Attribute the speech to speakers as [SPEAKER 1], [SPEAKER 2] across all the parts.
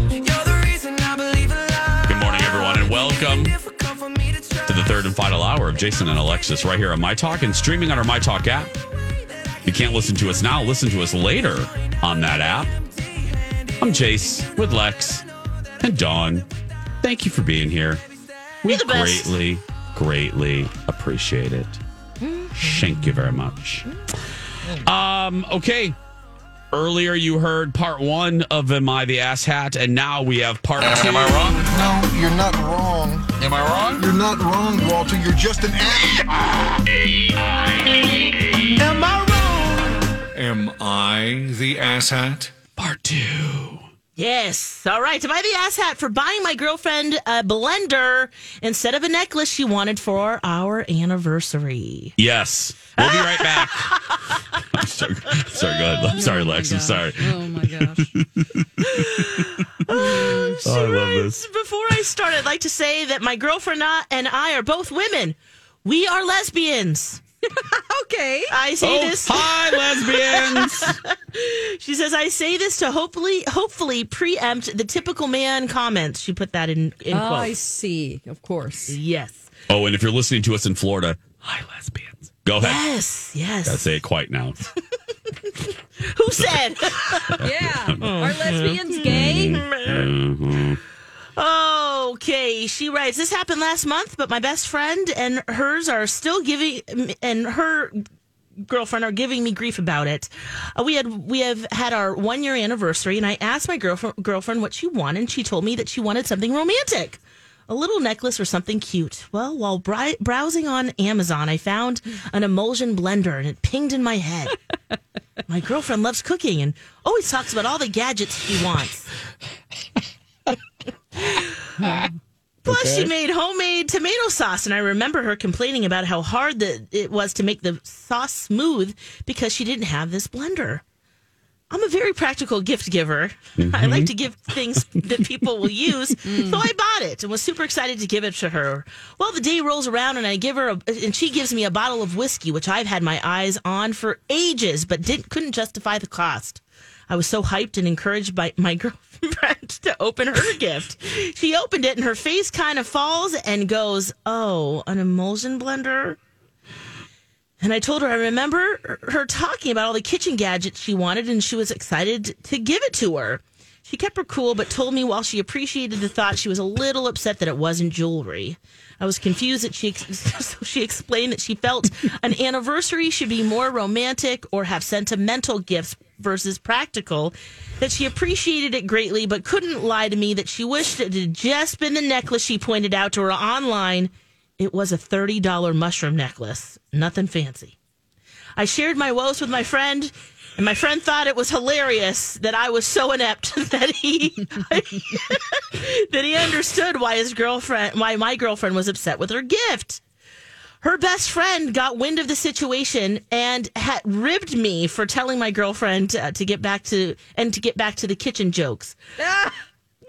[SPEAKER 1] Good morning, everyone, and welcome to the third and final hour of Jason and Alexis right here on My Talk and streaming on our My Talk app. If you can't listen to us now, listen to us later on that app. I'm Jace with Lex and Dawn. Thank you for being here. We
[SPEAKER 2] the best.
[SPEAKER 1] greatly, greatly appreciate it. Thank you very much. Um, okay. Earlier you heard part one of Am I the Ass Hat, and now we have part two.
[SPEAKER 3] Am I wrong?
[SPEAKER 4] No, you're not wrong.
[SPEAKER 3] Am I wrong?
[SPEAKER 4] You're not wrong, Walter. You're just an ass.
[SPEAKER 3] Am I the asshat?
[SPEAKER 1] Part two.
[SPEAKER 2] Yes. All right. Am I the asshat for buying my girlfriend a blender instead of a necklace she wanted for our anniversary?
[SPEAKER 1] Yes. We'll be right back. I'm sorry, sorry, go ahead. I'm sorry, Lex. I'm sorry.
[SPEAKER 5] Oh my gosh.
[SPEAKER 1] Oh, I love this.
[SPEAKER 2] Before I start, I'd like to say that my girlfriend and I are both women. We are lesbians.
[SPEAKER 5] okay.
[SPEAKER 2] I say
[SPEAKER 1] Oh,
[SPEAKER 2] this.
[SPEAKER 1] hi, lesbians.
[SPEAKER 2] She says I say this to hopefully, hopefully preempt the typical man comments. She put that in in
[SPEAKER 5] Oh, I
[SPEAKER 2] quotes.
[SPEAKER 5] see. Of course.
[SPEAKER 2] Yes.
[SPEAKER 1] oh, and if you're listening to us in Florida, hi, lesbians. Go ahead.
[SPEAKER 2] Yes. Yes.
[SPEAKER 1] Gotta say it quite now.
[SPEAKER 2] Who said?
[SPEAKER 5] Yeah. Are lesbians gay?
[SPEAKER 1] Uh-huh.
[SPEAKER 2] Okay, she writes. This happened last month, but my best friend and hers are still giving, and her girlfriend are giving me grief about it. Uh, we had we have had our one year anniversary, and I asked my girlfriend girlfriend what she wanted, and she told me that she wanted something romantic, a little necklace or something cute. Well, while bri- browsing on Amazon, I found an emulsion blender, and it pinged in my head. my girlfriend loves cooking and always talks about all the gadgets she wants. Plus, she made homemade tomato sauce, and I remember her complaining about how hard that it was to make the sauce smooth because she didn't have this blender. I'm a very practical gift giver. I like to give things that people will use, so I bought it and was super excited to give it to her. Well, the day rolls around, and I give her, a, and she gives me a bottle of whiskey, which I've had my eyes on for ages, but didn't couldn't justify the cost. I was so hyped and encouraged by my girlfriend to open her gift. She opened it and her face kind of falls and goes, Oh, an emulsion blender? And I told her I remember her talking about all the kitchen gadgets she wanted and she was excited to give it to her. She kept her cool, but told me while she appreciated the thought, she was a little upset that it wasn't jewelry. I was confused that she ex- so she explained that she felt an anniversary should be more romantic or have sentimental gifts versus practical. That she appreciated it greatly, but couldn't lie to me that she wished it had just been the necklace she pointed out to her online. It was a thirty dollar mushroom necklace, nothing fancy. I shared my woes with my friend, and my friend thought it was hilarious that I was so inept that he that he understood why his girlfriend, why my girlfriend was upset with her gift. Her best friend got wind of the situation and had ribbed me for telling my girlfriend uh, to get back to and to get back to the kitchen jokes.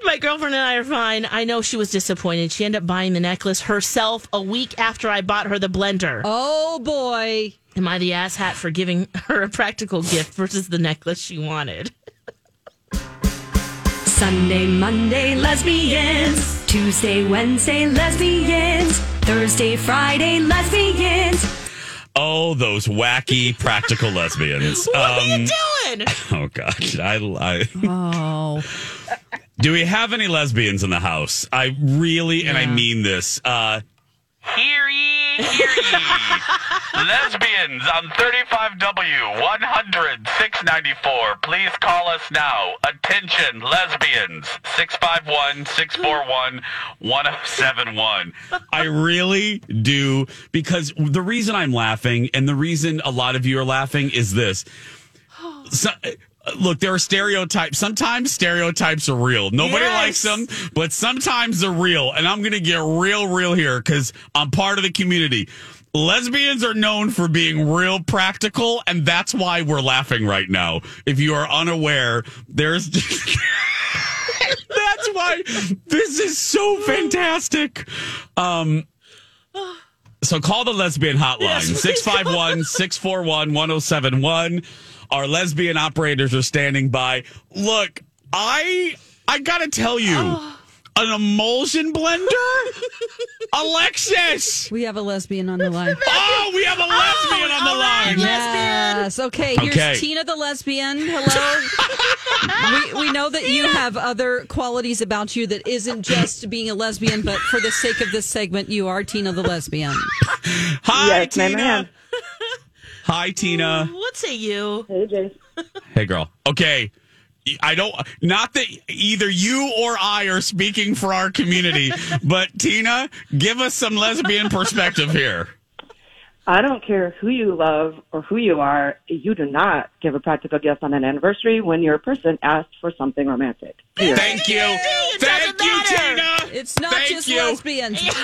[SPEAKER 2] My girlfriend and I are fine. I know she was disappointed. She ended up buying the necklace herself a week after I bought her the blender.
[SPEAKER 5] Oh boy.
[SPEAKER 2] Am I the asshat for giving her a practical gift versus the necklace she wanted?
[SPEAKER 6] Sunday, Monday, lesbians. Tuesday, Wednesday, lesbians. Thursday, Friday, lesbians.
[SPEAKER 1] Oh, those wacky practical lesbians.
[SPEAKER 2] What are
[SPEAKER 7] Oh,
[SPEAKER 1] Um,
[SPEAKER 2] you doing?
[SPEAKER 1] oh, God. I, I,
[SPEAKER 5] Oh.
[SPEAKER 7] Do we have any lesbians in the house? I really, and I mean this. Uh, hear ye, hear ye. lesbians on 35W 100 694. Please call us now. Attention, lesbians. 651 641 1071. I really do, because the reason I'm laughing and the reason a lot of you are laughing is this so, look, there are stereotypes. Sometimes stereotypes are real. Nobody likes
[SPEAKER 2] Yes.
[SPEAKER 7] them, but sometimes they're real. And I'm going to get real, real here because I'm part of the community. Lesbians are known for being real practical, and that's why we're laughing right now. If you are unaware, there's. that's why this is so fantastic. Um, so call the lesbian hotline
[SPEAKER 2] Yes, please.
[SPEAKER 7] 651 641 1071. Our lesbian operators are standing by. Look, I I got to tell you an emulsion blender? Alexis.
[SPEAKER 5] We have a lesbian on the line.
[SPEAKER 7] Oh, we have a lesbian on the line.
[SPEAKER 5] Yes. Okay. Here's
[SPEAKER 7] Okay.
[SPEAKER 5] Tina the lesbian. Hello. we, we know that you have other qualities about you that isn't just being a lesbian, but for the sake of this segment, you are Tina the lesbian.
[SPEAKER 7] Hi
[SPEAKER 8] Yes, ma'am, I
[SPEAKER 7] Tina.
[SPEAKER 8] am.
[SPEAKER 7] Hi Tina.
[SPEAKER 2] What say you?
[SPEAKER 8] Hey, Jay.
[SPEAKER 7] Hey, girl. Okay. I don't, not that either you or I are speaking for our community, but Tina, give us some lesbian perspective here.
[SPEAKER 8] I don't care who you love or who you are, you do not give a practical gift on an anniversary when your person asked for something romantic. Period.
[SPEAKER 7] Thank you. Thank you, Tina.
[SPEAKER 5] It's not
[SPEAKER 7] Thank
[SPEAKER 5] just
[SPEAKER 7] you.
[SPEAKER 5] lesbians.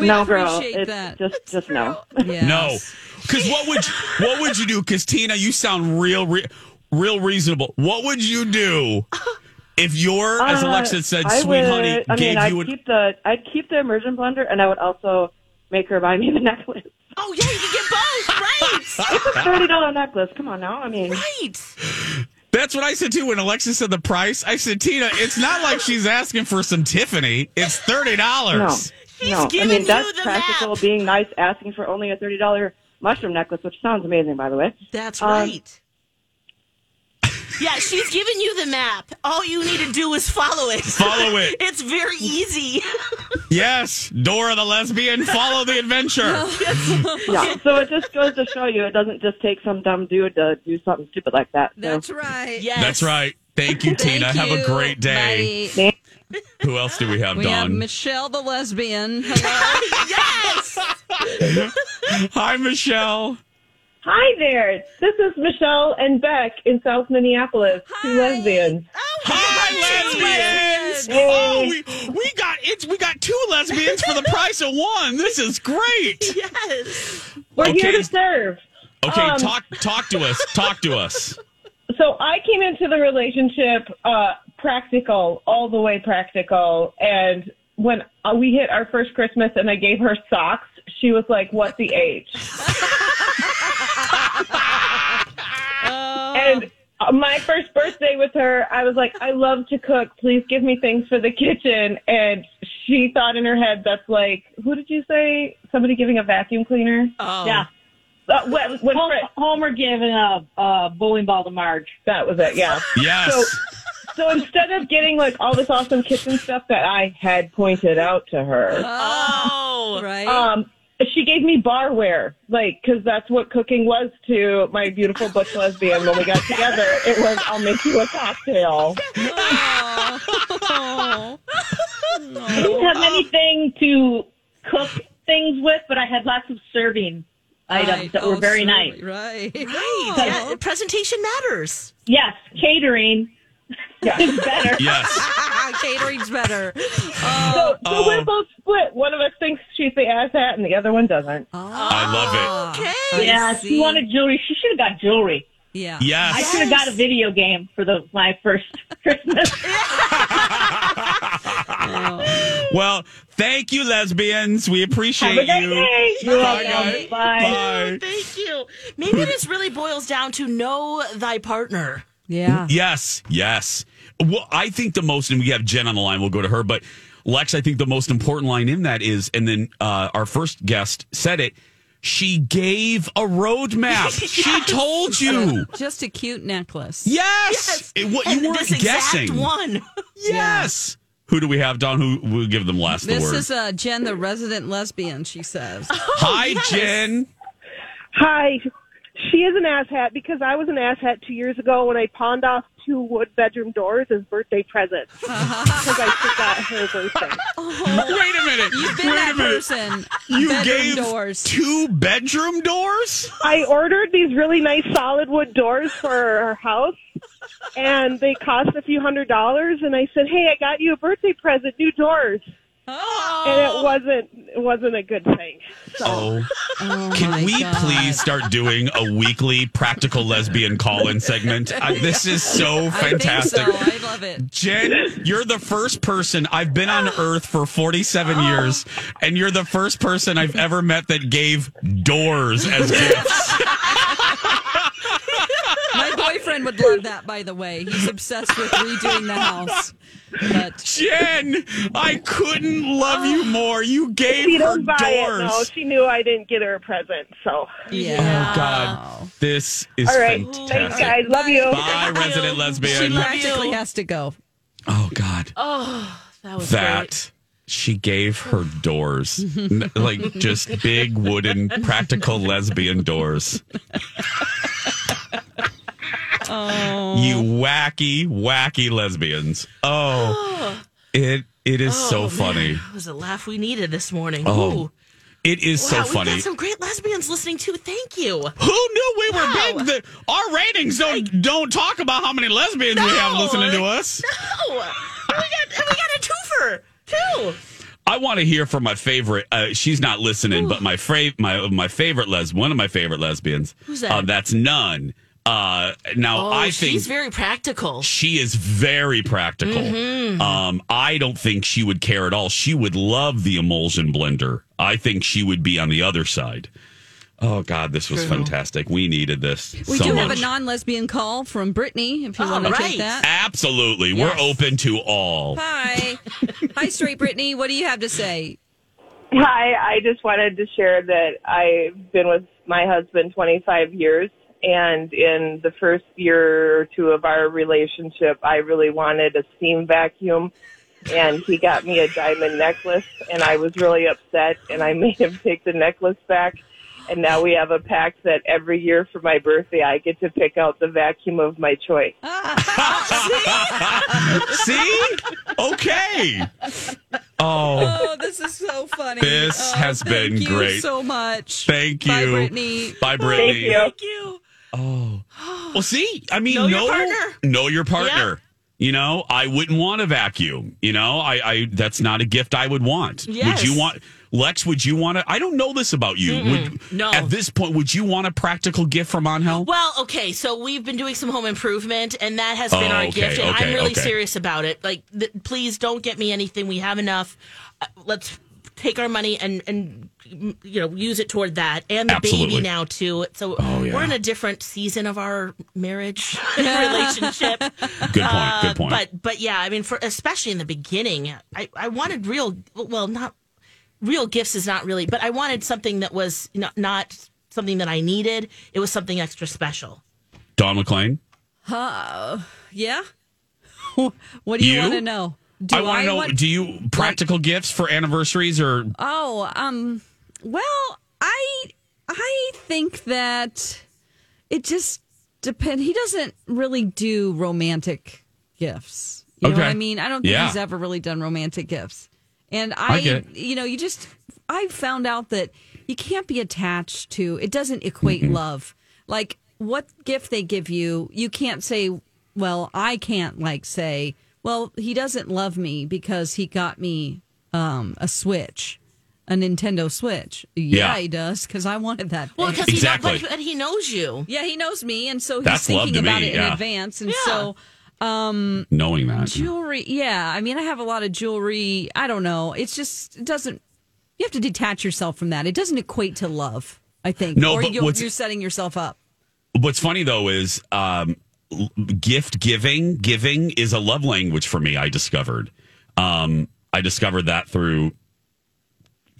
[SPEAKER 5] We
[SPEAKER 8] no, girl.
[SPEAKER 5] appreciate
[SPEAKER 8] It's
[SPEAKER 5] that.
[SPEAKER 8] Just, just no.
[SPEAKER 5] Yes.
[SPEAKER 7] No, because what would you, what would you do? Because Tina, you sound real, re- real reasonable. What would you do if your, as
[SPEAKER 8] Uh,
[SPEAKER 7] Alexa said,
[SPEAKER 8] I
[SPEAKER 7] sweet
[SPEAKER 8] would-
[SPEAKER 7] honey
[SPEAKER 8] I
[SPEAKER 7] gave
[SPEAKER 8] mean, I'd
[SPEAKER 7] you an
[SPEAKER 8] keep the I'd keep the immersion blender, and I would also make her buy me the necklace.
[SPEAKER 2] Oh yeah, you can get both. Right.
[SPEAKER 8] It's a thirty dollar necklace. Come on now. I mean,
[SPEAKER 2] right.
[SPEAKER 7] That's what I said too when Alexis said the price. I said, Tina, it's not like she's asking for some Tiffany. It's thirty
[SPEAKER 8] no,
[SPEAKER 7] dollars.
[SPEAKER 8] no. I
[SPEAKER 2] giving
[SPEAKER 8] mean,
[SPEAKER 2] you
[SPEAKER 8] that's
[SPEAKER 2] the
[SPEAKER 8] practical.
[SPEAKER 2] map.
[SPEAKER 8] Being nice, asking for only a thirty dollar mushroom necklace, which sounds amazing, by the way.
[SPEAKER 2] That's
[SPEAKER 8] Um,
[SPEAKER 2] right. yeah, she's giving you the map. All you need to do is follow it.
[SPEAKER 7] Follow it.
[SPEAKER 2] It's very easy.
[SPEAKER 7] Yes, Dora the lesbian, follow the adventure.
[SPEAKER 8] Yeah. so it just goes to show you, it doesn't just take some dumb dude to do something stupid like that. So.
[SPEAKER 5] That's right.
[SPEAKER 2] Yes.
[SPEAKER 7] That's right. Thank you,
[SPEAKER 5] Thank
[SPEAKER 7] Tina. Have a
[SPEAKER 5] you.
[SPEAKER 7] great day.
[SPEAKER 5] Bye.
[SPEAKER 7] Who else do we have,
[SPEAKER 5] We have
[SPEAKER 7] Don?
[SPEAKER 5] Michelle the lesbian. Hello.
[SPEAKER 2] Yes.
[SPEAKER 7] Hi, Michelle.
[SPEAKER 9] Hi there. This is Michelle and Beck in South Minneapolis, two lesbians.
[SPEAKER 7] Hi, lesbians. Oh, we, we got it's we got two lesbians for the price of one. This is great.
[SPEAKER 2] yes.
[SPEAKER 9] We're
[SPEAKER 7] Okay.
[SPEAKER 9] here to serve.
[SPEAKER 7] Okay,
[SPEAKER 9] Um,
[SPEAKER 7] talk talk to us. Talk to us.
[SPEAKER 9] So I came into the relationship uh, practical, all the way practical. And when uh, we hit our first Christmas and I gave her socks, she was like, What's the age? and uh, my first birthday with her, I was like, I love to cook. Please give me things for the kitchen. And she thought in her head, that's like, who did you say? Somebody giving a vacuum cleaner?
[SPEAKER 2] Oh.
[SPEAKER 9] Yeah. Uh, when, when Fred-
[SPEAKER 8] Homer giving a, a bowling ball to Marge.
[SPEAKER 9] that was it, yeah.
[SPEAKER 7] Yes.
[SPEAKER 9] So, so instead of getting like all this awesome kitchen stuff that I had pointed out to her,
[SPEAKER 2] Oh.
[SPEAKER 5] right.
[SPEAKER 9] um, she gave me barware, like because that's what cooking was to my beautiful butch lesbian when we got together. It was I'll make you a cocktail.
[SPEAKER 8] I didn't have anything to cook things with, but I had lots of serving items
[SPEAKER 5] Right.
[SPEAKER 8] that were
[SPEAKER 5] Oh,
[SPEAKER 8] very
[SPEAKER 5] sorry.
[SPEAKER 8] nice.
[SPEAKER 5] Right.
[SPEAKER 2] Right. Yeah, presentation matters.
[SPEAKER 8] Yes, catering is better.
[SPEAKER 7] yes.
[SPEAKER 5] Ah, catering's better.
[SPEAKER 9] So, so
[SPEAKER 7] Oh.
[SPEAKER 9] we're both split. One of us thinks she's the ass hat, and the other one doesn't.
[SPEAKER 7] I love
[SPEAKER 2] Okay.
[SPEAKER 8] Yeah,
[SPEAKER 5] see.
[SPEAKER 8] she wanted jewelry. She should have got jewelry.
[SPEAKER 5] Yeah.
[SPEAKER 7] it. Yes.
[SPEAKER 8] I should have got a video game for the my first Christmas.
[SPEAKER 7] Well, thank you, lesbians. We appreciate
[SPEAKER 8] Have a great
[SPEAKER 7] you.
[SPEAKER 8] day. You're
[SPEAKER 7] Bye,
[SPEAKER 8] welcome.
[SPEAKER 7] guys. Bye.
[SPEAKER 2] Thank you. Maybe this really boils down to know thy partner.
[SPEAKER 5] Yeah.
[SPEAKER 7] Yes, yes. Well, I think the most, and we have Jen on the line. We'll go to her, but Lex, I think the most important line in that is, and then uh, our first guest said it:
[SPEAKER 1] She gave a roadmap. She told you.
[SPEAKER 5] Just a cute necklace.
[SPEAKER 1] Yes. It- what, you
[SPEAKER 2] And
[SPEAKER 1] weren't
[SPEAKER 2] this exact
[SPEAKER 1] guessing.
[SPEAKER 2] one.
[SPEAKER 1] Yes. Who do we have, Don? Who will give them last the
[SPEAKER 5] This
[SPEAKER 1] word?
[SPEAKER 5] is uh, Jen, the resident lesbian, she says.
[SPEAKER 1] Hi, Jen.
[SPEAKER 9] Hi. She is an asshat because I was an asshat two years ago when I pawned off two wood bedroom doors as birthday presents because I forgot her birthday.
[SPEAKER 1] Wait a minute.
[SPEAKER 5] You've been
[SPEAKER 1] Wait
[SPEAKER 5] that
[SPEAKER 1] a minute.
[SPEAKER 5] person.
[SPEAKER 1] You
[SPEAKER 5] Bedroom
[SPEAKER 1] gave
[SPEAKER 5] doors.
[SPEAKER 1] two bedroom doors?
[SPEAKER 9] I ordered these really nice solid wood doors for her house, and they cost a few hundred dollars. And I said, "Hey, I got you a birthday present, new doors." And it wasn't it wasn't a good thing.
[SPEAKER 1] Oh. Can we please start doing a weekly practical lesbian call in segment? I, this is so fantastic.
[SPEAKER 5] I, think so. I love it.
[SPEAKER 1] Jen, you're the first person I've been on Earth for 47
[SPEAKER 5] Oh.
[SPEAKER 1] years, and you're the first person I've ever met that gave doors as gifts.
[SPEAKER 5] My boyfriend would love that, by the way. He's obsessed with redoing the house. But
[SPEAKER 1] Jen, I couldn't love you more. You
[SPEAKER 9] She
[SPEAKER 1] gave her
[SPEAKER 9] didn't buy it. No,
[SPEAKER 1] doors.
[SPEAKER 9] she knew I didn't get her a present. So,
[SPEAKER 5] yeah.
[SPEAKER 1] Oh God, this is
[SPEAKER 9] all right, thanks
[SPEAKER 1] fantastic.
[SPEAKER 9] guys, love you.
[SPEAKER 1] Bye, resident
[SPEAKER 5] She
[SPEAKER 1] lesbian.
[SPEAKER 5] practically has to go.
[SPEAKER 1] Oh God.
[SPEAKER 2] That was great.
[SPEAKER 1] that she gave her doors N- like just big wooden practical lesbian doors you wacky wacky lesbians oh it it is so funny
[SPEAKER 2] Oh, That was a laugh we needed this morning.
[SPEAKER 1] Oh,
[SPEAKER 2] Ooh.
[SPEAKER 1] it is
[SPEAKER 2] wow,
[SPEAKER 1] so funny
[SPEAKER 2] We've got some great lesbians listening too. Thank you.
[SPEAKER 1] who knew we were
[SPEAKER 2] Wow.
[SPEAKER 1] big? The, our ratings don't don't talk about how many lesbians we have
[SPEAKER 2] No.
[SPEAKER 1] listening to us.
[SPEAKER 2] No, Oh, we got and we got a twofer too.
[SPEAKER 1] I want to hear from my favorite. Uh, she's not listening, but my fra- my my favorite les one of my favorite lesbians.
[SPEAKER 2] Who's that?
[SPEAKER 1] Uh, that's none. Uh, now
[SPEAKER 2] Oh,
[SPEAKER 1] I think
[SPEAKER 2] she's very practical.
[SPEAKER 1] she is very practical. Um, I don't think she would care at all. She would love the emulsion blender. I think she would be on the other side. Oh God, this was fantastic. We needed this.
[SPEAKER 5] We
[SPEAKER 1] so
[SPEAKER 5] do
[SPEAKER 1] much.
[SPEAKER 5] have a non lesbian call from Brittany, if you
[SPEAKER 2] All
[SPEAKER 5] want to
[SPEAKER 2] right.
[SPEAKER 5] take that.
[SPEAKER 1] Absolutely,
[SPEAKER 2] Yes.
[SPEAKER 1] we're open to all.
[SPEAKER 5] Hi. Hi, straight Brittany. What do you have to say?
[SPEAKER 9] Hi, I just wanted to share that I've been with my husband 25 years, and in the first year or two of our relationship, I really wanted a steam vacuum, and he got me a diamond necklace, and I was really upset, and I made him take the necklace back. And now we have a pact that every year for my birthday, I get to pick out the vacuum of my choice.
[SPEAKER 1] See? Okay. Oh.
[SPEAKER 5] Oh, this is so funny.
[SPEAKER 1] This
[SPEAKER 5] Oh,
[SPEAKER 1] has
[SPEAKER 5] thank
[SPEAKER 1] been
[SPEAKER 5] you
[SPEAKER 1] great.
[SPEAKER 5] so much.
[SPEAKER 1] Thank you.
[SPEAKER 5] Bye, Brittany.
[SPEAKER 1] Bye, Brittany.
[SPEAKER 9] Thank you.
[SPEAKER 2] Thank you.
[SPEAKER 1] Well, see, I mean,
[SPEAKER 2] Know your
[SPEAKER 1] know,
[SPEAKER 2] partner.
[SPEAKER 1] know your partner. You know, I wouldn't want a vacuum. You know, I, I that's not a gift I would want.
[SPEAKER 2] Yes.
[SPEAKER 1] Would you want Lex? Would you want to? I don't know this about you. Would,
[SPEAKER 2] No.
[SPEAKER 1] At this point, would you want a practical gift from On Hell?
[SPEAKER 2] Well, okay, so we've been doing some home improvement, and that has been
[SPEAKER 1] Oh,
[SPEAKER 2] our
[SPEAKER 1] okay,
[SPEAKER 2] gift, and
[SPEAKER 1] okay,
[SPEAKER 2] I'm really
[SPEAKER 1] okay.
[SPEAKER 2] serious about it. Like, th- please don't get me anything. We have enough. Uh, let's take our money and and mm, you know use it toward that and the
[SPEAKER 1] Absolutely. Oh,
[SPEAKER 2] baby now too. So
[SPEAKER 1] yeah.
[SPEAKER 2] we're in a different season of our marriage and relationship.
[SPEAKER 1] Good point. Good point.
[SPEAKER 2] But but yeah, I mean, for especially in the beginning, I I wanted real. Well, not real gifts is not really, but I wanted something that was not not something that I needed. It was something extra special.
[SPEAKER 1] Don McLean.
[SPEAKER 5] Yeah? what do you,
[SPEAKER 1] You?
[SPEAKER 5] want to know? Do
[SPEAKER 1] I want to know. do you practical gifts for anniversaries or?
[SPEAKER 5] Oh, um well, I I think that it just depend he doesn't really do romantic gifts. You know what
[SPEAKER 1] Okay.
[SPEAKER 5] I mean? I don't think
[SPEAKER 1] Yeah.
[SPEAKER 5] he's ever really done romantic gifts. And I,
[SPEAKER 1] get it.
[SPEAKER 5] you know, you just I found out that you can't be attached to it doesn't equate love. Like what gift they give you, you can't say, well, I can't like say, well, he doesn't love me because he got me um a Switch, a Nintendo Switch. Yeah,
[SPEAKER 1] Yeah.
[SPEAKER 5] he does cuz I wanted that. Thing.
[SPEAKER 2] Well, because he
[SPEAKER 1] Exactly.
[SPEAKER 2] knows, but he knows you.
[SPEAKER 5] yeah, he knows me and so he's
[SPEAKER 1] That's love
[SPEAKER 5] thinking
[SPEAKER 1] to
[SPEAKER 5] about
[SPEAKER 1] me,
[SPEAKER 5] it in
[SPEAKER 1] yeah.
[SPEAKER 5] advance and
[SPEAKER 2] Yeah.
[SPEAKER 5] so
[SPEAKER 1] Knowing that.
[SPEAKER 5] jewelry yeah i mean i have a lot of jewelry i don't know it's just it doesn't you have to detach yourself from that it doesn't equate to love i think
[SPEAKER 1] No,
[SPEAKER 5] or
[SPEAKER 1] but
[SPEAKER 5] you're,
[SPEAKER 1] what's-
[SPEAKER 5] you're setting yourself up
[SPEAKER 1] What's funny though is um, l- gift giving. Giving is a love language for me. I discovered. Um, I discovered that through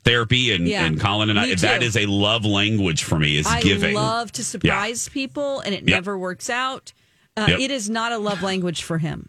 [SPEAKER 1] therapy and,
[SPEAKER 5] Yeah.
[SPEAKER 1] and Colin and
[SPEAKER 5] Me
[SPEAKER 1] I. That
[SPEAKER 5] too.
[SPEAKER 1] is a love language for me. Is
[SPEAKER 5] I
[SPEAKER 1] giving.
[SPEAKER 5] love to surprise people, and it
[SPEAKER 1] Yep.
[SPEAKER 5] never works out. Uh,
[SPEAKER 1] Yep.
[SPEAKER 5] It is not a love language for him.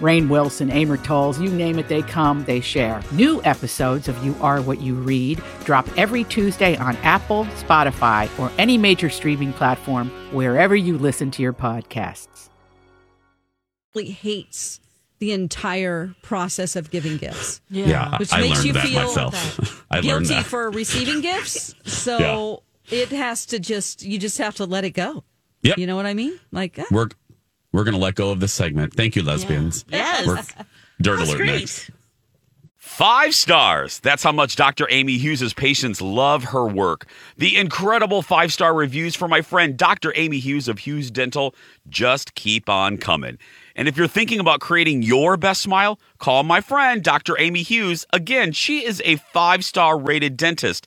[SPEAKER 10] Rain Wilson, Amor Tolls, you name it, they come, they share. New episodes of You Are What You Read drop every Tuesday on Apple, Spotify, or any major streaming platform wherever you listen to your podcasts.
[SPEAKER 5] absolutely hates the entire process of giving gifts.
[SPEAKER 1] Yeah. Yeah,
[SPEAKER 5] which
[SPEAKER 1] I
[SPEAKER 5] makes
[SPEAKER 1] learned
[SPEAKER 5] you
[SPEAKER 1] that
[SPEAKER 5] feel
[SPEAKER 1] myself. I learned
[SPEAKER 5] guilty
[SPEAKER 1] that.
[SPEAKER 5] for receiving gifts. So it has to just you just have to let it go.
[SPEAKER 1] Yep.
[SPEAKER 5] You know what I mean? Like ah,
[SPEAKER 1] We're we're gonna let go of this segment. Thank you, lesbians.
[SPEAKER 5] Yes.
[SPEAKER 1] We're, dirt
[SPEAKER 7] That's
[SPEAKER 1] alert
[SPEAKER 7] great.
[SPEAKER 1] next.
[SPEAKER 7] Five stars. That's how much Dr. Amy Hughes' patients love her work. The incredible five star reviews for my friend Dr. Amy Hughes of Hughes Dental just keep on coming. And if you're thinking about creating your best smile, call my friend Dr. Amy Hughes. Again, she is a five star rated dentist.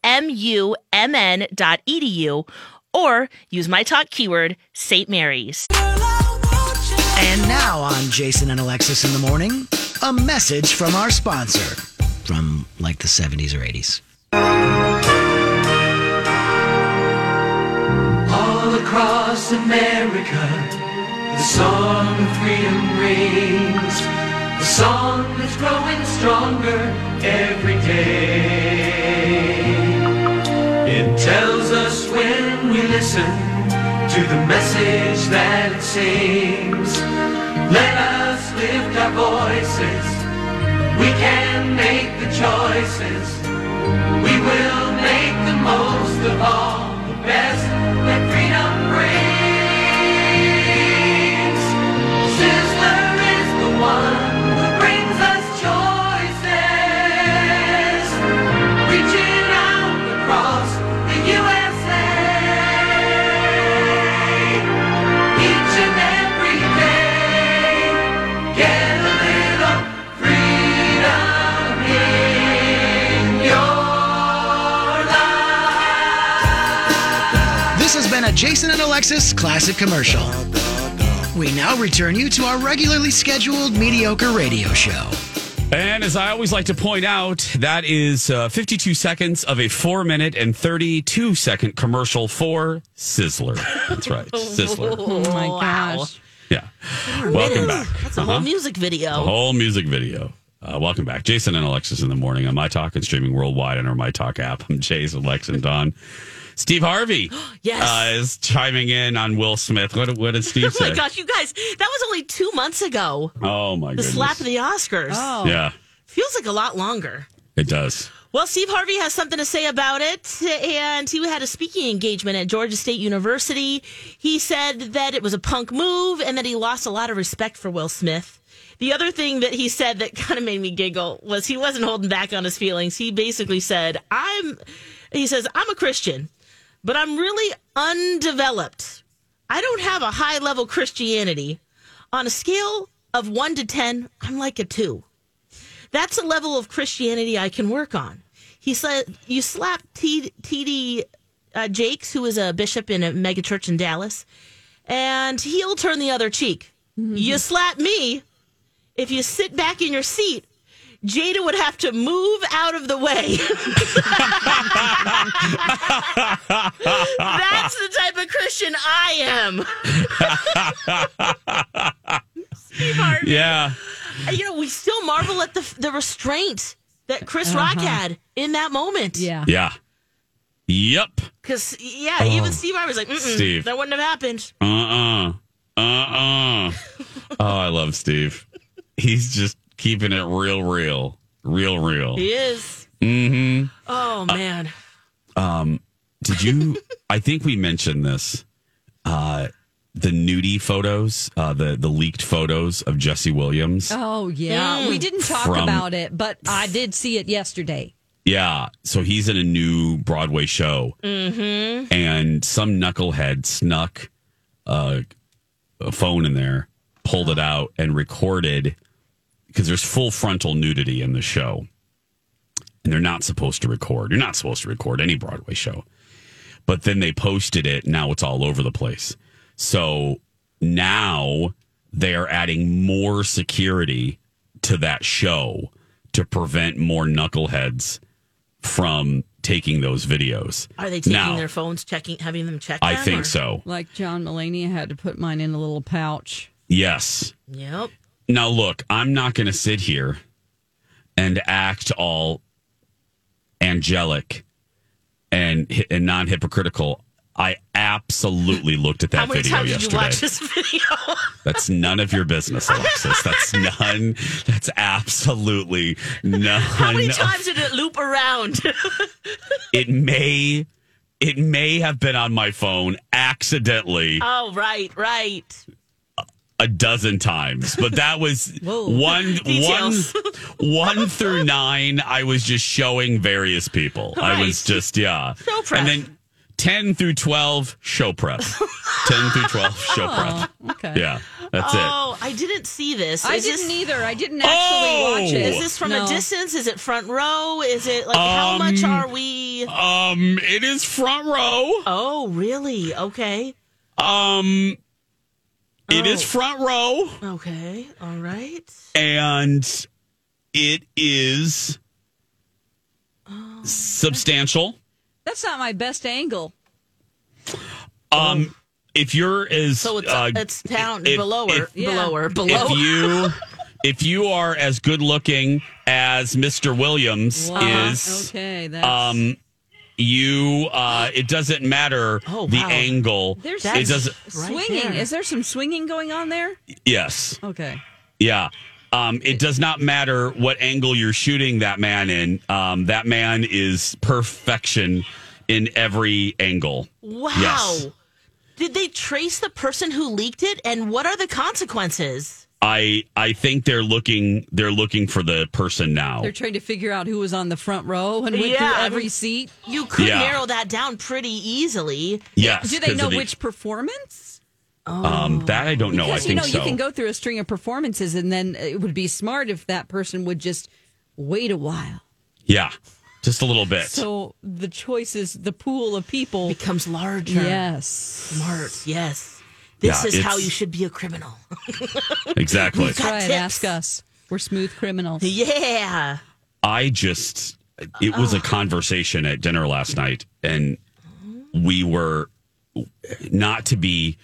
[SPEAKER 11] smumn.edu E or use my talk keyword, St. Mary's.
[SPEAKER 12] And now on Jason and Alexis in the morning, a message from our sponsor from like the 70s or 80s.
[SPEAKER 8] All across America, the song of freedom rings. The song that's growing stronger every day. It tells us when we listen to the message that it sings. Let us lift our voices. We can make the choices. We will make the most of all the best that freedom brings. Sizzler is the one who brings us choices.
[SPEAKER 12] This has been a Jason and Alexis classic commercial. We now return you to our regularly scheduled mediocre radio show.
[SPEAKER 1] And as I always like to point out, that is uh, 52 seconds of a four minute and 32 second commercial for Sizzler. That's right, Sizzler.
[SPEAKER 5] Oh my gosh.
[SPEAKER 1] Yeah. Welcome back.
[SPEAKER 2] That's a
[SPEAKER 1] Uh-huh.
[SPEAKER 2] whole music video.
[SPEAKER 1] A whole music video. Uh, welcome back, Jason and Alexis in the morning on My Talk and streaming worldwide on our My Talk app. I'm Jason, Lex, and Don. Steve Harvey,
[SPEAKER 2] Yes.
[SPEAKER 1] uh, is chiming in on Will Smith. What, what did Steve
[SPEAKER 2] Oh
[SPEAKER 1] say?
[SPEAKER 2] my gosh, you guys, that was only two months ago.
[SPEAKER 1] Oh my
[SPEAKER 2] the
[SPEAKER 1] goodness.
[SPEAKER 2] slap of the Oscars.
[SPEAKER 5] Oh.
[SPEAKER 1] Yeah,
[SPEAKER 2] Feels like a lot longer.
[SPEAKER 1] it does.
[SPEAKER 2] Well, Steve Harvey has something to say about it, and he had a speaking engagement at Georgia State University. He said that it was a punk move and that he lost a lot of respect for Will Smith. The other thing that he said that kind of made me giggle was he wasn't holding back on his feelings. He basically said, I'm, he says, I'm a Christian, but I'm really undeveloped. I don't have a high level Christianity. On a scale of one to 10, I'm like a two. That's a level of Christianity I can work on. He said, You slapped T- T.D. Uh, Jakes, who is a bishop in a megachurch in Dallas, and he'll turn the other cheek. You slap me. If you sit back in your seat, Jada would have to move out of the way. That's the type of Christian I am. Steve Harvey.
[SPEAKER 1] Yeah.
[SPEAKER 2] You know, we still marvel at the the restraint that Chris Rock
[SPEAKER 1] Uh-huh.
[SPEAKER 2] had in that moment. Yeah.
[SPEAKER 1] Yeah. Yep.
[SPEAKER 2] Because, yeah,
[SPEAKER 1] Oh.
[SPEAKER 2] even Steve Harvey's like, Mm-mm,
[SPEAKER 1] Steve.
[SPEAKER 2] that wouldn't have happened.
[SPEAKER 1] Uh uh-uh. uh. Oh, I love Steve. He's just keeping it real, real, real, real.
[SPEAKER 2] He is.
[SPEAKER 1] Mm
[SPEAKER 2] Oh, man.
[SPEAKER 1] hmm. Um, did you? I think we mentioned this. Uh, the nudie photos, uh, the the leaked photos of Jesse Williams.
[SPEAKER 5] Oh yeah,
[SPEAKER 2] Mm.
[SPEAKER 5] we didn't talk
[SPEAKER 1] Hmm. From-
[SPEAKER 5] about it, but I did see it yesterday.
[SPEAKER 1] Yeah, so he's in a new Broadway show.
[SPEAKER 5] Mm-hmm.
[SPEAKER 1] and some knucklehead snuck uh, a phone in there, pulled it out, and recorded because there's full frontal nudity in the show. And they're not supposed to record. You're not supposed to record any Broadway show. But then they posted it. Now it's all over the place. So now they are adding more security to that show to prevent more knuckleheads from taking those videos.
[SPEAKER 2] Are they taking
[SPEAKER 1] Now-
[SPEAKER 2] their phones, checking, having them check?
[SPEAKER 1] I
[SPEAKER 2] them,
[SPEAKER 1] think
[SPEAKER 2] or-
[SPEAKER 1] so.
[SPEAKER 5] Like John Mulaney had to put mine in a little pouch.
[SPEAKER 1] Yes.
[SPEAKER 2] Yep.
[SPEAKER 1] Now, look, I'm not going to sit here and act all angelic and hi- and non hypocritical. I absolutely looked at that
[SPEAKER 2] How many
[SPEAKER 1] video
[SPEAKER 2] times did you
[SPEAKER 1] yesterday.
[SPEAKER 2] watch this video?
[SPEAKER 1] That's none of your business, Alexis. That's none. That's absolutely none.
[SPEAKER 2] How many times did it loop around?
[SPEAKER 1] It may, it may have been on my phone accidentally.
[SPEAKER 2] oh, right, right.
[SPEAKER 1] a dozen times, but that was one, one,
[SPEAKER 2] Details.
[SPEAKER 1] one through nine. I was just showing various people. I was just yeah.
[SPEAKER 2] Show prep.
[SPEAKER 1] And then ten through twelve show prep. ten through twelve show prep.
[SPEAKER 5] Oh, okay.
[SPEAKER 1] Yeah, that's
[SPEAKER 2] oh, I didn't see this.
[SPEAKER 5] I
[SPEAKER 2] Is this-
[SPEAKER 5] didn't either. I didn't actually watch it.
[SPEAKER 1] Oh!
[SPEAKER 2] Is this from
[SPEAKER 5] No.
[SPEAKER 2] a distance? Is it front row? Is it like how much
[SPEAKER 1] Um,
[SPEAKER 2] are we?
[SPEAKER 1] it. Um, it is front row.
[SPEAKER 2] Oh, really? Okay.
[SPEAKER 1] Um, it is
[SPEAKER 2] Oh.
[SPEAKER 1] front row,
[SPEAKER 2] Okay. All right.
[SPEAKER 1] and it is
[SPEAKER 2] Oh.
[SPEAKER 1] substantial.
[SPEAKER 5] That's not my best angle.
[SPEAKER 1] Um, if you're as
[SPEAKER 2] So it's
[SPEAKER 1] uh,
[SPEAKER 2] it's down
[SPEAKER 1] if-
[SPEAKER 2] below her,
[SPEAKER 1] if-
[SPEAKER 2] below her, below.
[SPEAKER 1] if you if you are as good looking as Mr. Williams
[SPEAKER 5] Wow.
[SPEAKER 1] is,
[SPEAKER 5] okay. That's,
[SPEAKER 1] um, you uh, it doesn't matter the
[SPEAKER 5] Oh, wow.
[SPEAKER 1] angle.
[SPEAKER 5] there's
[SPEAKER 1] it doesn't.
[SPEAKER 5] swinging.
[SPEAKER 2] there.
[SPEAKER 5] Is there some swinging going on there?
[SPEAKER 1] Yes.
[SPEAKER 5] Okay.
[SPEAKER 1] Yeah. Um, it does not matter what angle you're shooting that man in. Um, that man is perfection in every angle.
[SPEAKER 2] Wow.
[SPEAKER 1] Yes.
[SPEAKER 2] Did they trace the person who leaked it, and what are the consequences?
[SPEAKER 1] I I think they're looking they're looking for the person now.
[SPEAKER 5] They're trying to figure out who was on the front row and went
[SPEAKER 2] Yeah.
[SPEAKER 5] through every seat.
[SPEAKER 2] You could
[SPEAKER 1] Yeah.
[SPEAKER 2] narrow that down pretty easily.
[SPEAKER 1] Yes,
[SPEAKER 5] Do
[SPEAKER 1] 'cause
[SPEAKER 5] they
[SPEAKER 1] of
[SPEAKER 5] know
[SPEAKER 1] the-
[SPEAKER 5] which performance?
[SPEAKER 1] Um, that I don't know.
[SPEAKER 5] Because
[SPEAKER 1] I
[SPEAKER 5] you
[SPEAKER 1] think
[SPEAKER 5] know
[SPEAKER 1] so.
[SPEAKER 5] you can go through a string of performances, and then it would be smart if that person would just wait a while.
[SPEAKER 1] yeah. Just a little bit.
[SPEAKER 5] So the choices, the pool of people
[SPEAKER 2] becomes larger.
[SPEAKER 5] Yes.
[SPEAKER 2] Smart. Yes. This
[SPEAKER 1] Yeah,
[SPEAKER 2] is how
[SPEAKER 1] it's-
[SPEAKER 2] you should be a criminal.
[SPEAKER 1] exactly.
[SPEAKER 5] That's right. Ask us. We're smooth criminals.
[SPEAKER 2] Yeah.
[SPEAKER 1] I just, it was a conversation at dinner last night, and we were not to be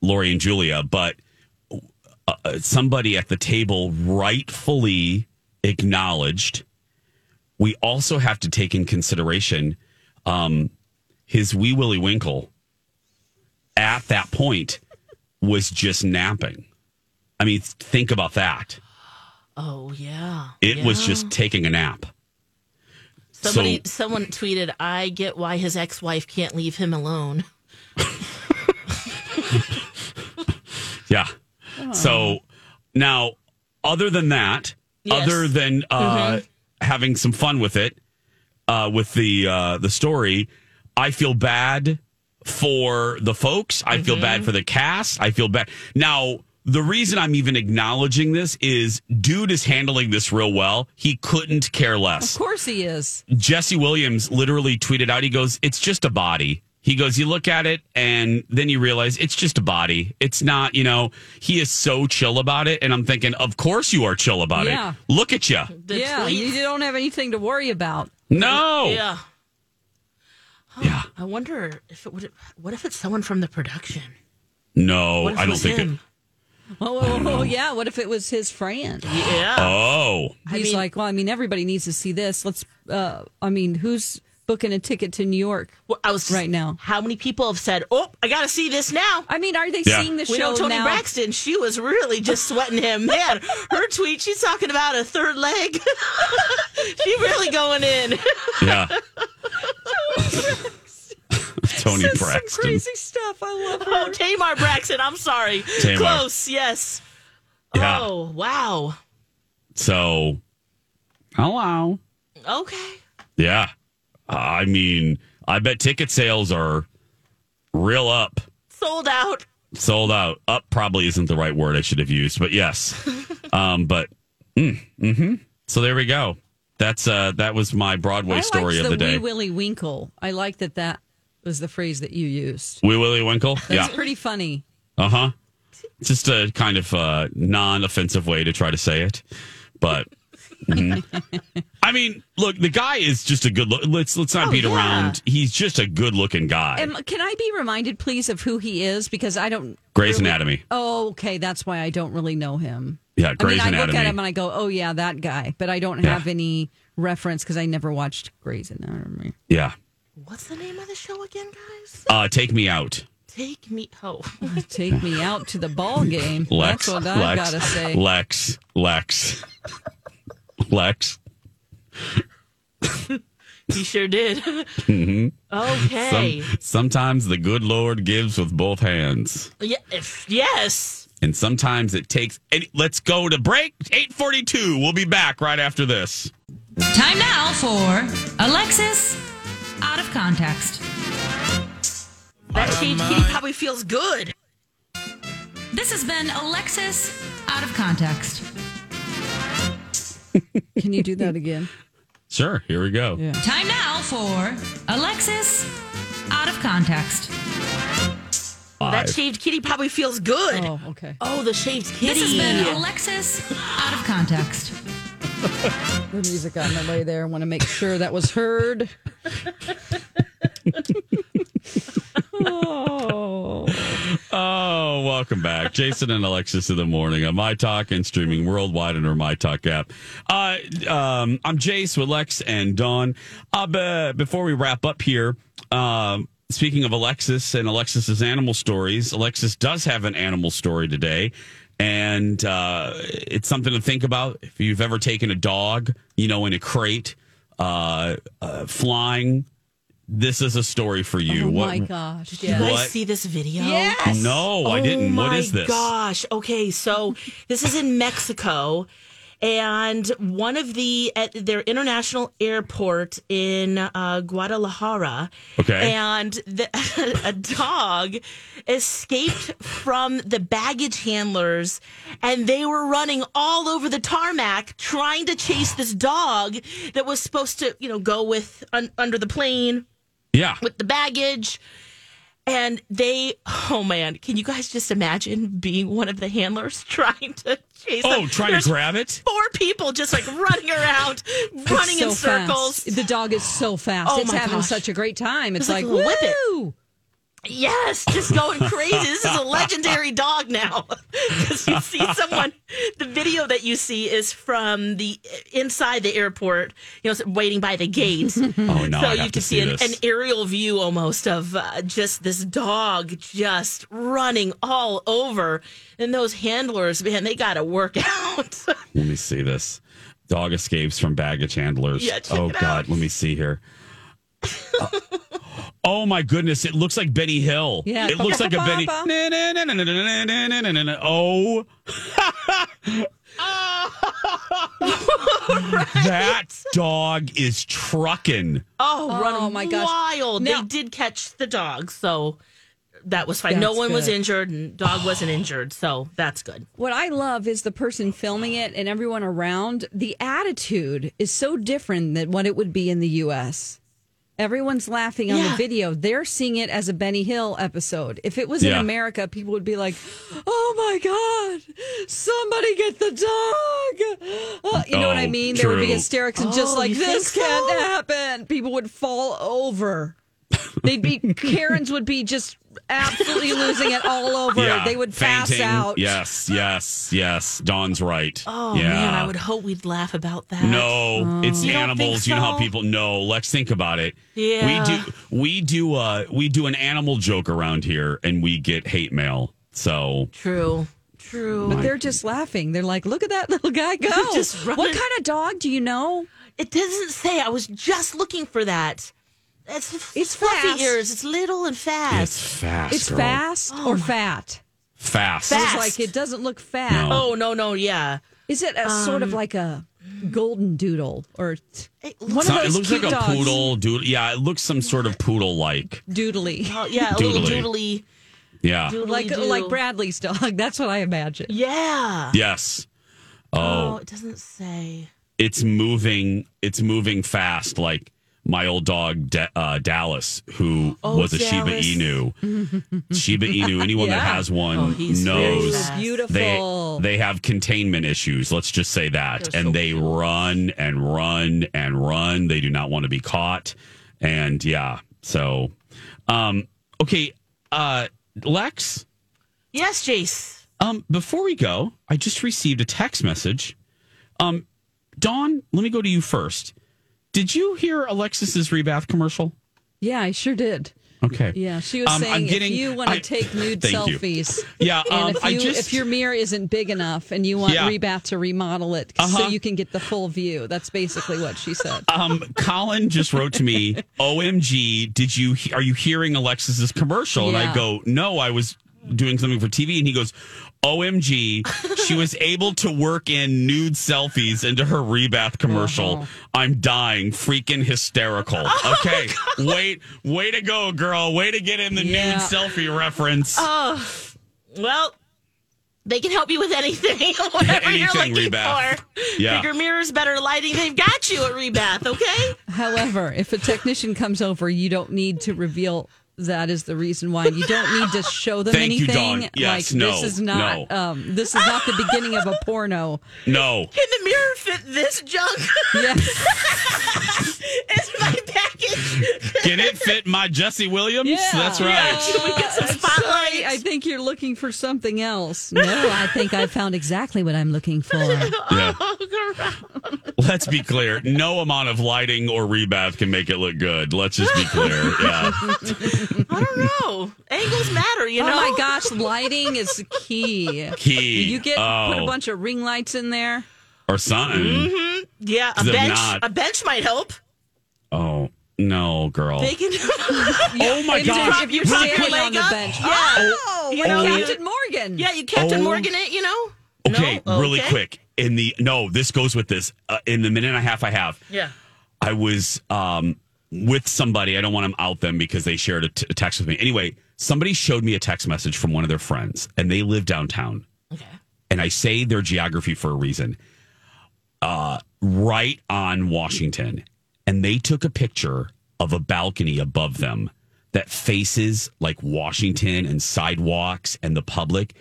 [SPEAKER 1] Lori and Julia, but uh, somebody at the table rightfully acknowledged we also have to take in consideration um, his Wee Willie Winkle at that point was just napping. I mean, think about that.
[SPEAKER 2] Oh yeah.
[SPEAKER 1] It was
[SPEAKER 2] Yeah.
[SPEAKER 1] just taking a nap.
[SPEAKER 2] somebody.
[SPEAKER 1] so-
[SPEAKER 2] someone tweeted, "I get why his ex-wife can't leave him alone."
[SPEAKER 1] Yeah. So now, other than that,
[SPEAKER 8] Yes.
[SPEAKER 1] other than uh,
[SPEAKER 8] Mhm.
[SPEAKER 1] having some fun with it, uh, with the uh, the story, I feel bad for the folks. I feel bad for the cast. I feel bad. Now, the reason I'm even acknowledging this is, dude is handling this real well. He couldn't care less.
[SPEAKER 5] Of course he is.
[SPEAKER 1] Jesse Williams literally tweeted out, he goes, It's just a body. He goes, You look at it and then you realize it's just a body. It's not, you know, he is so chill about it. And I'm thinking, Of course you are chill about
[SPEAKER 5] Yeah.
[SPEAKER 1] it. Look at you.
[SPEAKER 5] yeah, you don't have anything to worry about.
[SPEAKER 1] No.
[SPEAKER 2] Yeah. Huh, I wonder if it would. What if it's someone from the production?
[SPEAKER 1] No,
[SPEAKER 2] What if
[SPEAKER 1] I
[SPEAKER 2] it
[SPEAKER 1] don't
[SPEAKER 2] was
[SPEAKER 1] think
[SPEAKER 2] him?
[SPEAKER 5] Oh, oh, oh, yeah. What if it was his friend?
[SPEAKER 1] it.
[SPEAKER 2] Yeah.
[SPEAKER 1] Oh.
[SPEAKER 5] He's like, well, I mean, everybody needs to see this. Let's. Uh, I mean, who's booking a ticket to New York?
[SPEAKER 1] Uh,
[SPEAKER 2] Well, I was
[SPEAKER 5] right now.
[SPEAKER 2] How many people have said, "Oh, I got to see this now"?
[SPEAKER 5] I mean, are they
[SPEAKER 2] Yeah.
[SPEAKER 5] seeing the
[SPEAKER 2] we
[SPEAKER 5] show
[SPEAKER 2] know Tony
[SPEAKER 5] now?
[SPEAKER 2] Braxton. She was really just sweating him. Man, her tweet. She's talking about a third leg. she really going in.
[SPEAKER 1] Yeah. Tony
[SPEAKER 2] Says
[SPEAKER 1] Braxton.
[SPEAKER 5] stuff. I love her.
[SPEAKER 2] Oh, Tamar Braxton. I'm sorry.
[SPEAKER 1] Tamar.
[SPEAKER 2] Close. Yes.
[SPEAKER 1] Yeah.
[SPEAKER 2] Oh wow.
[SPEAKER 1] So, hello.
[SPEAKER 2] Okay.
[SPEAKER 1] Yeah. I mean, I bet ticket sales are real up.
[SPEAKER 2] Sold out.
[SPEAKER 1] sold out up probably isn't the right word i should have used but yes um but mm, hmm so there we go that's uh that was my broadway
[SPEAKER 5] I
[SPEAKER 1] story
[SPEAKER 5] liked
[SPEAKER 1] of the, day
[SPEAKER 5] Wee Willie Winkle. I like that. That was the phrase that you used.
[SPEAKER 1] wee willie winkle yeah
[SPEAKER 5] That's pretty funny.
[SPEAKER 1] uh-huh just a kind of uh non-offensive way to try to say it but mhm. i mean look the guy is just a good look let's let's not
[SPEAKER 5] Oh,
[SPEAKER 1] beat
[SPEAKER 5] yeah.
[SPEAKER 1] around he's just a good looking guy
[SPEAKER 5] Am, can I be reminded, please, of who he is? Because I don't.
[SPEAKER 1] gray's anatomy
[SPEAKER 5] Oh, okay. That's why I don't really know him.
[SPEAKER 1] yeah gray's
[SPEAKER 5] I mean, I
[SPEAKER 1] anatomy
[SPEAKER 5] look at him and I go, "Oh yeah, that guy," but I don't
[SPEAKER 1] Yeah.
[SPEAKER 5] have any reference because I never watched Grey's Anatomy.
[SPEAKER 1] yeah
[SPEAKER 2] What's the name of the show again, guys?
[SPEAKER 1] uh take me out
[SPEAKER 2] Take me. Oh.
[SPEAKER 5] Take me out to the ball game.
[SPEAKER 1] Lex,
[SPEAKER 5] That's what I
[SPEAKER 1] Lex,
[SPEAKER 5] gotta say.
[SPEAKER 1] Lex, Lex, Lex.
[SPEAKER 2] he sure did.
[SPEAKER 1] Mhm.
[SPEAKER 2] Okay.
[SPEAKER 1] Some- sometimes the good Lord gives with both hands,
[SPEAKER 2] yeah. If, yes.
[SPEAKER 1] and sometimes it takes. And let's go to break. Eight forty-two. We'll be back right after this.
[SPEAKER 6] Time now for Alexis Out of Context.
[SPEAKER 2] That shaved kitty probably feels good.
[SPEAKER 6] This has been Alexis Out of Context.
[SPEAKER 5] Can you do that again?
[SPEAKER 1] Sure. Here we go.
[SPEAKER 6] Time now for Alexis Out of Context.
[SPEAKER 2] That shaved kitty probably feels good. Oh,
[SPEAKER 5] okay.
[SPEAKER 2] Oh, the shaved kitty.
[SPEAKER 6] This has been Alexis Out of Context.
[SPEAKER 5] The music got in the way there. I want to make sure that was heard. oh.
[SPEAKER 1] Oh, welcome back. Jason and Alexis in the morning on My Talk and streaming worldwide under My Talk app. Uh, um, I'm Jace with Lex and Dawn. Uh, be- before we wrap up here, um, speaking of Alexis and Alexis's animal stories, Alexis does have an animal story today. And uh, it's something to think about. If you've ever taken a dog, you know, in a crate, uh, uh, flying, this is a story for you.
[SPEAKER 5] Oh
[SPEAKER 1] What-
[SPEAKER 5] my gosh!
[SPEAKER 2] Did you
[SPEAKER 1] What?
[SPEAKER 2] guys see this video?
[SPEAKER 5] Yes.
[SPEAKER 1] No, I
[SPEAKER 2] Oh
[SPEAKER 1] didn't. What
[SPEAKER 2] my
[SPEAKER 1] is this?
[SPEAKER 2] Gosh. Okay, so this is in Mexico, and one of the at their international airport in uh, Guadalajara.
[SPEAKER 1] Okay.
[SPEAKER 2] and the, a dog escaped from the baggage handlers, and they were running all over the tarmac trying to chase this dog that was supposed to, you know, go with un, under the plane
[SPEAKER 1] Yeah.
[SPEAKER 2] with the baggage. And they, oh man, can you guys just imagine being one of the handlers trying to chase?
[SPEAKER 1] Oh,
[SPEAKER 2] them?
[SPEAKER 1] trying
[SPEAKER 2] There's
[SPEAKER 1] to grab it?
[SPEAKER 2] Four people just like running around, running in
[SPEAKER 5] so
[SPEAKER 2] circles.
[SPEAKER 5] fast. The dog is so fast.
[SPEAKER 2] Oh
[SPEAKER 5] it's
[SPEAKER 2] my
[SPEAKER 5] having
[SPEAKER 2] gosh.
[SPEAKER 5] such a great time. It's,
[SPEAKER 2] It's
[SPEAKER 5] like,
[SPEAKER 2] like a little whippet.
[SPEAKER 5] woo!
[SPEAKER 2] Yes, just going crazy. This is a legendary dog now. Because you see someone, the video that you see is from the inside the airport. You know, waiting by the gate. Oh
[SPEAKER 1] no,
[SPEAKER 2] So
[SPEAKER 1] I have
[SPEAKER 2] you
[SPEAKER 1] to
[SPEAKER 2] can
[SPEAKER 1] see
[SPEAKER 2] see an,
[SPEAKER 1] this.
[SPEAKER 2] an aerial view almost of uh, just this dog just running all over, and those handlers, man, they got to work out.
[SPEAKER 1] Let me see this. Dog escapes from baggage handlers.
[SPEAKER 2] Yeah, check
[SPEAKER 1] oh
[SPEAKER 2] it
[SPEAKER 1] God, let me see here. Uh, oh my goodness, it looks like Benny Hill.
[SPEAKER 8] Yeah.
[SPEAKER 1] It looks like a Benny.
[SPEAKER 8] Ba-ba-ba-ba.
[SPEAKER 1] Na, na, na, na, na, na, na, na, na, na, na. Oh. That dog is trucking.
[SPEAKER 2] Oh,
[SPEAKER 5] Oh,
[SPEAKER 2] run
[SPEAKER 5] my gosh.
[SPEAKER 2] wild.
[SPEAKER 5] Now-
[SPEAKER 2] they did catch the dog, so that was fine. no
[SPEAKER 5] That's
[SPEAKER 2] one was
[SPEAKER 5] good.
[SPEAKER 2] injured and dog wasn't injured, so that's good.
[SPEAKER 5] What I love is the person filming it and everyone around. The attitude is so different than what it would be in the U.S. Everyone's laughing on the
[SPEAKER 2] Yeah.
[SPEAKER 5] video. They're seeing it as a Benny Hill episode. If it was in
[SPEAKER 1] Yeah.
[SPEAKER 5] America, people would be like, "Oh my God, somebody get the dog!" Uh, you know what I
[SPEAKER 1] Oh,
[SPEAKER 5] mean? There would be
[SPEAKER 1] true.
[SPEAKER 5] hysterics and just
[SPEAKER 2] Oh,
[SPEAKER 5] like
[SPEAKER 2] you think
[SPEAKER 5] this can't happen. People would fall over. They'd be Karens would be just absolutely losing it all over.
[SPEAKER 1] Yeah,
[SPEAKER 5] They would pass
[SPEAKER 1] fainting.
[SPEAKER 5] out.
[SPEAKER 1] Yes, yes, yes. Dawn's right.
[SPEAKER 2] Oh
[SPEAKER 1] yeah.
[SPEAKER 2] man, I would hope we'd laugh about that. Oh.
[SPEAKER 1] No, it's
[SPEAKER 2] You don't
[SPEAKER 1] animals.
[SPEAKER 2] think
[SPEAKER 1] You know how
[SPEAKER 2] so?
[SPEAKER 1] people know. Lex, think about it.
[SPEAKER 2] Yeah.
[SPEAKER 1] We do we do uh we do an animal joke around here and we get hate mail. So
[SPEAKER 2] True. True.
[SPEAKER 5] But they're just laughing. They're like, look at that little guy go.
[SPEAKER 2] Just running.
[SPEAKER 5] what kind of dog do you know?
[SPEAKER 2] It doesn't say. I was just looking for that. It's, it's fluffy
[SPEAKER 5] fast.
[SPEAKER 2] ears. It's little and fast.
[SPEAKER 1] it's fast.
[SPEAKER 5] it's
[SPEAKER 1] girl.
[SPEAKER 5] fast
[SPEAKER 2] Oh
[SPEAKER 5] or
[SPEAKER 2] my-
[SPEAKER 5] fat.
[SPEAKER 1] Fast.
[SPEAKER 5] It's
[SPEAKER 2] Fast.
[SPEAKER 5] like it doesn't look fat.
[SPEAKER 1] No. Um,
[SPEAKER 2] Oh no no yeah.
[SPEAKER 5] Is it a sort of like a golden doodle or t-
[SPEAKER 2] It looks,
[SPEAKER 5] one
[SPEAKER 1] It's
[SPEAKER 5] of
[SPEAKER 1] not-
[SPEAKER 5] those
[SPEAKER 1] it looks
[SPEAKER 5] cute
[SPEAKER 1] like a
[SPEAKER 5] dogs?
[SPEAKER 1] poodle. Doodle. Yeah, it looks some sort of poodle like.
[SPEAKER 5] Doodly.
[SPEAKER 2] oh, yeah a little
[SPEAKER 1] Doodly.
[SPEAKER 2] doodly.
[SPEAKER 1] Yeah.
[SPEAKER 2] doodly
[SPEAKER 5] like
[SPEAKER 2] doo.
[SPEAKER 5] like Bradley's dog. That's what I imagine.
[SPEAKER 2] Yeah.
[SPEAKER 1] Yes.
[SPEAKER 2] Oh,
[SPEAKER 1] Oh,
[SPEAKER 2] it doesn't say.
[SPEAKER 1] it's moving. It's moving fast. Like my old dog da- uh, Dallas, who
[SPEAKER 2] Oh,
[SPEAKER 1] was a
[SPEAKER 2] Dallas.
[SPEAKER 1] Shiba Inu. Shiba Inu. Anyone that
[SPEAKER 5] Yeah.
[SPEAKER 1] has one
[SPEAKER 2] Oh, he's very
[SPEAKER 1] knows
[SPEAKER 2] fast.
[SPEAKER 5] Beautiful.
[SPEAKER 1] They they have containment issues. Let's just say that, and they run and run and run. They do not want to be caught, and yeah. So, um, okay, uh, Lex.
[SPEAKER 2] Yes, Jace.
[SPEAKER 1] Um, before we go, I just received a text message. Um, Dawn, let me go to you first. Did you hear Alexis's rebath commercial?
[SPEAKER 5] Yeah, I sure did.
[SPEAKER 1] Okay.
[SPEAKER 5] Yeah, she was
[SPEAKER 1] Um, I'm
[SPEAKER 5] saying
[SPEAKER 1] getting-
[SPEAKER 5] if you want
[SPEAKER 1] I-
[SPEAKER 5] to take nude
[SPEAKER 1] Thank you.
[SPEAKER 5] selfies,
[SPEAKER 1] Yeah, um,
[SPEAKER 5] and if,
[SPEAKER 1] I
[SPEAKER 5] you,
[SPEAKER 1] just-
[SPEAKER 5] if your mirror isn't big enough and you want
[SPEAKER 1] Yeah.
[SPEAKER 5] Rebath to remodel it
[SPEAKER 1] Uh-huh.
[SPEAKER 5] so you can get the full view, that's basically what she said.
[SPEAKER 1] Um, Colin just wrote to me, "OMG, did you he- are you hearing Alexis's commercial?" And I
[SPEAKER 5] Yeah.
[SPEAKER 1] go, "No, I was doing something for TV." And he goes, "OMG, she was able to work in nude selfies into her rebath commercial.
[SPEAKER 5] Uh-huh.
[SPEAKER 1] I'm dying, freaking hysterical."
[SPEAKER 5] Oh
[SPEAKER 1] Okay, wait, way to go, girl. Way to get in the
[SPEAKER 5] Yeah. Uh,
[SPEAKER 1] nude selfie reference.
[SPEAKER 2] Oh, well, they can help you with anything, whatever you're
[SPEAKER 1] Anything,
[SPEAKER 2] looking
[SPEAKER 1] Rebath.
[SPEAKER 2] for.
[SPEAKER 1] Yeah.
[SPEAKER 2] Bigger mirrors, better lighting. They've got you at Rebath, okay?
[SPEAKER 5] However, if a technician comes over, you don't need to reveal that is the reason why. You don't need to show them
[SPEAKER 1] Thank you,
[SPEAKER 5] anything.
[SPEAKER 1] Dawn. Yes,
[SPEAKER 5] like
[SPEAKER 1] no,
[SPEAKER 5] this is not
[SPEAKER 1] no.
[SPEAKER 5] um, this is not the beginning of a porno.
[SPEAKER 1] No.
[SPEAKER 2] Can the mirror fit this junk?
[SPEAKER 5] Yes.
[SPEAKER 2] it's my package.
[SPEAKER 1] Can it fit my Jesse Williams? That's right.
[SPEAKER 2] Should we get some
[SPEAKER 5] Sorry,
[SPEAKER 2] spotlight?
[SPEAKER 5] I think you're looking for something else. No, I think I found exactly what I'm looking for.
[SPEAKER 1] Yeah.
[SPEAKER 2] Oh, girl.
[SPEAKER 1] Let's be clear. No amount of lighting or rebath can make it look good. Let's just be clear. Yeah.
[SPEAKER 2] I don't know. Angles matter, you know?
[SPEAKER 5] Oh my gosh, lighting is key.
[SPEAKER 1] Key.
[SPEAKER 5] You get put
[SPEAKER 1] Oh.
[SPEAKER 5] a Mm-hmm. bunch of ring lights in there.
[SPEAKER 1] Or something.
[SPEAKER 2] hmm Yeah, a
[SPEAKER 1] They're
[SPEAKER 2] bench.
[SPEAKER 1] not.
[SPEAKER 2] A bench might help.
[SPEAKER 1] Oh, no, girl.
[SPEAKER 2] They can.
[SPEAKER 1] oh my
[SPEAKER 5] And then
[SPEAKER 1] gosh.
[SPEAKER 5] If you're
[SPEAKER 1] Really
[SPEAKER 5] standing
[SPEAKER 1] quick.
[SPEAKER 5] on the
[SPEAKER 2] Leg up.
[SPEAKER 5] bench.
[SPEAKER 2] Yeah.
[SPEAKER 5] Oh,
[SPEAKER 2] You
[SPEAKER 5] like
[SPEAKER 2] know,
[SPEAKER 5] Captain Morgan.
[SPEAKER 2] yeah, you Captain
[SPEAKER 1] Oh.
[SPEAKER 2] Morgan it, you know? Oh,
[SPEAKER 1] Okay,
[SPEAKER 5] Oh,
[SPEAKER 11] No?
[SPEAKER 1] really
[SPEAKER 11] Okay.
[SPEAKER 1] quick. In the no, this goes with this. Uh, in the minute and a half I have,
[SPEAKER 11] Yeah.
[SPEAKER 1] I was um, with somebody. I don't want to out them because they shared a, t- a text with me. Anyway, somebody showed me a text message from one of their friends, and they live downtown.
[SPEAKER 11] Okay.
[SPEAKER 1] And I say their geography for a reason. Uh, right on Washington, and they took a picture of a balcony above them that faces like Washington and sidewalks and the public.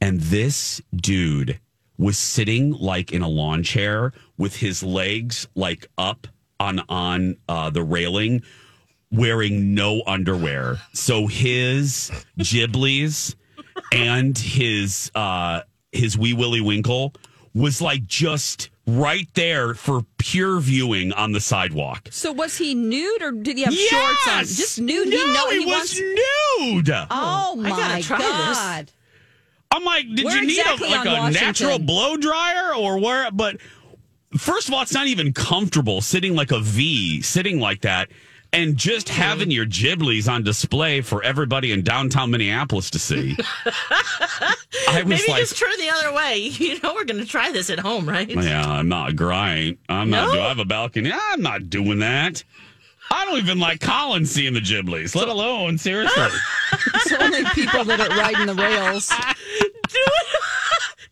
[SPEAKER 1] And this dude was sitting like in a lawn chair with his legs like up on on uh, the railing, wearing no underwear. So his Ghiblies and his uh, his Wee Willie Winkle was like just right there for pure viewing on the sidewalk.
[SPEAKER 5] So was he nude or did he have shorts on?
[SPEAKER 1] Yes!
[SPEAKER 5] Just nude.
[SPEAKER 1] No,
[SPEAKER 5] he, know-
[SPEAKER 1] he
[SPEAKER 5] he
[SPEAKER 1] was
[SPEAKER 5] wants-
[SPEAKER 1] nude.
[SPEAKER 5] Oh
[SPEAKER 1] I gotta
[SPEAKER 5] my
[SPEAKER 1] try this.
[SPEAKER 5] god!
[SPEAKER 1] I'm like, did
[SPEAKER 5] Where
[SPEAKER 1] you need
[SPEAKER 5] exactly
[SPEAKER 1] a, like
[SPEAKER 5] on
[SPEAKER 1] a
[SPEAKER 5] Washington?
[SPEAKER 1] natural blow dryer or where? But first of all, it's not even comfortable sitting like a V, sitting like that, and just having your Ghiblies on display for everybody in downtown Minneapolis to see. I was
[SPEAKER 2] Maybe
[SPEAKER 1] like,
[SPEAKER 2] just turn the other way. You know, we're going to try this at home, right?
[SPEAKER 1] yeah, I'm not grind. I'm not.
[SPEAKER 2] No?
[SPEAKER 1] Do I have a balcony? I'm not doing that. I don't even like Colin seeing the Ghiblies, let alone seriously.
[SPEAKER 5] It's only people that are riding the rails.
[SPEAKER 2] Do it,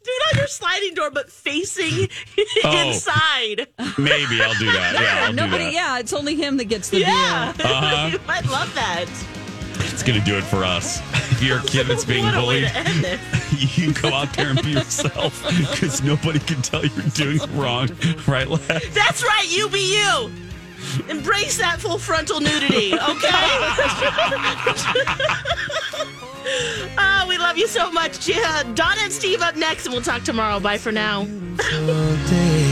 [SPEAKER 2] do it on your sliding door, but facing
[SPEAKER 1] Oh.
[SPEAKER 2] inside.
[SPEAKER 1] Maybe I'll do that. Yeah, I'll
[SPEAKER 5] nobody.
[SPEAKER 1] do that.
[SPEAKER 5] Yeah, it's only him that gets the
[SPEAKER 2] Yeah.
[SPEAKER 5] view.
[SPEAKER 1] Uh-huh.
[SPEAKER 2] you might love that.
[SPEAKER 1] It's gonna do it for us. If you're a kid that's being
[SPEAKER 2] what a way
[SPEAKER 1] bullied,
[SPEAKER 2] to end this.
[SPEAKER 1] you go out there and be yourself because nobody can tell you're doing it wrong. Right, Lex?
[SPEAKER 2] That's right, you be you. Embrace that full frontal nudity, okay? Ah, we love you so much. Yeah, Donna and Steve up next, and we'll talk tomorrow. Bye for now.
[SPEAKER 8] Day.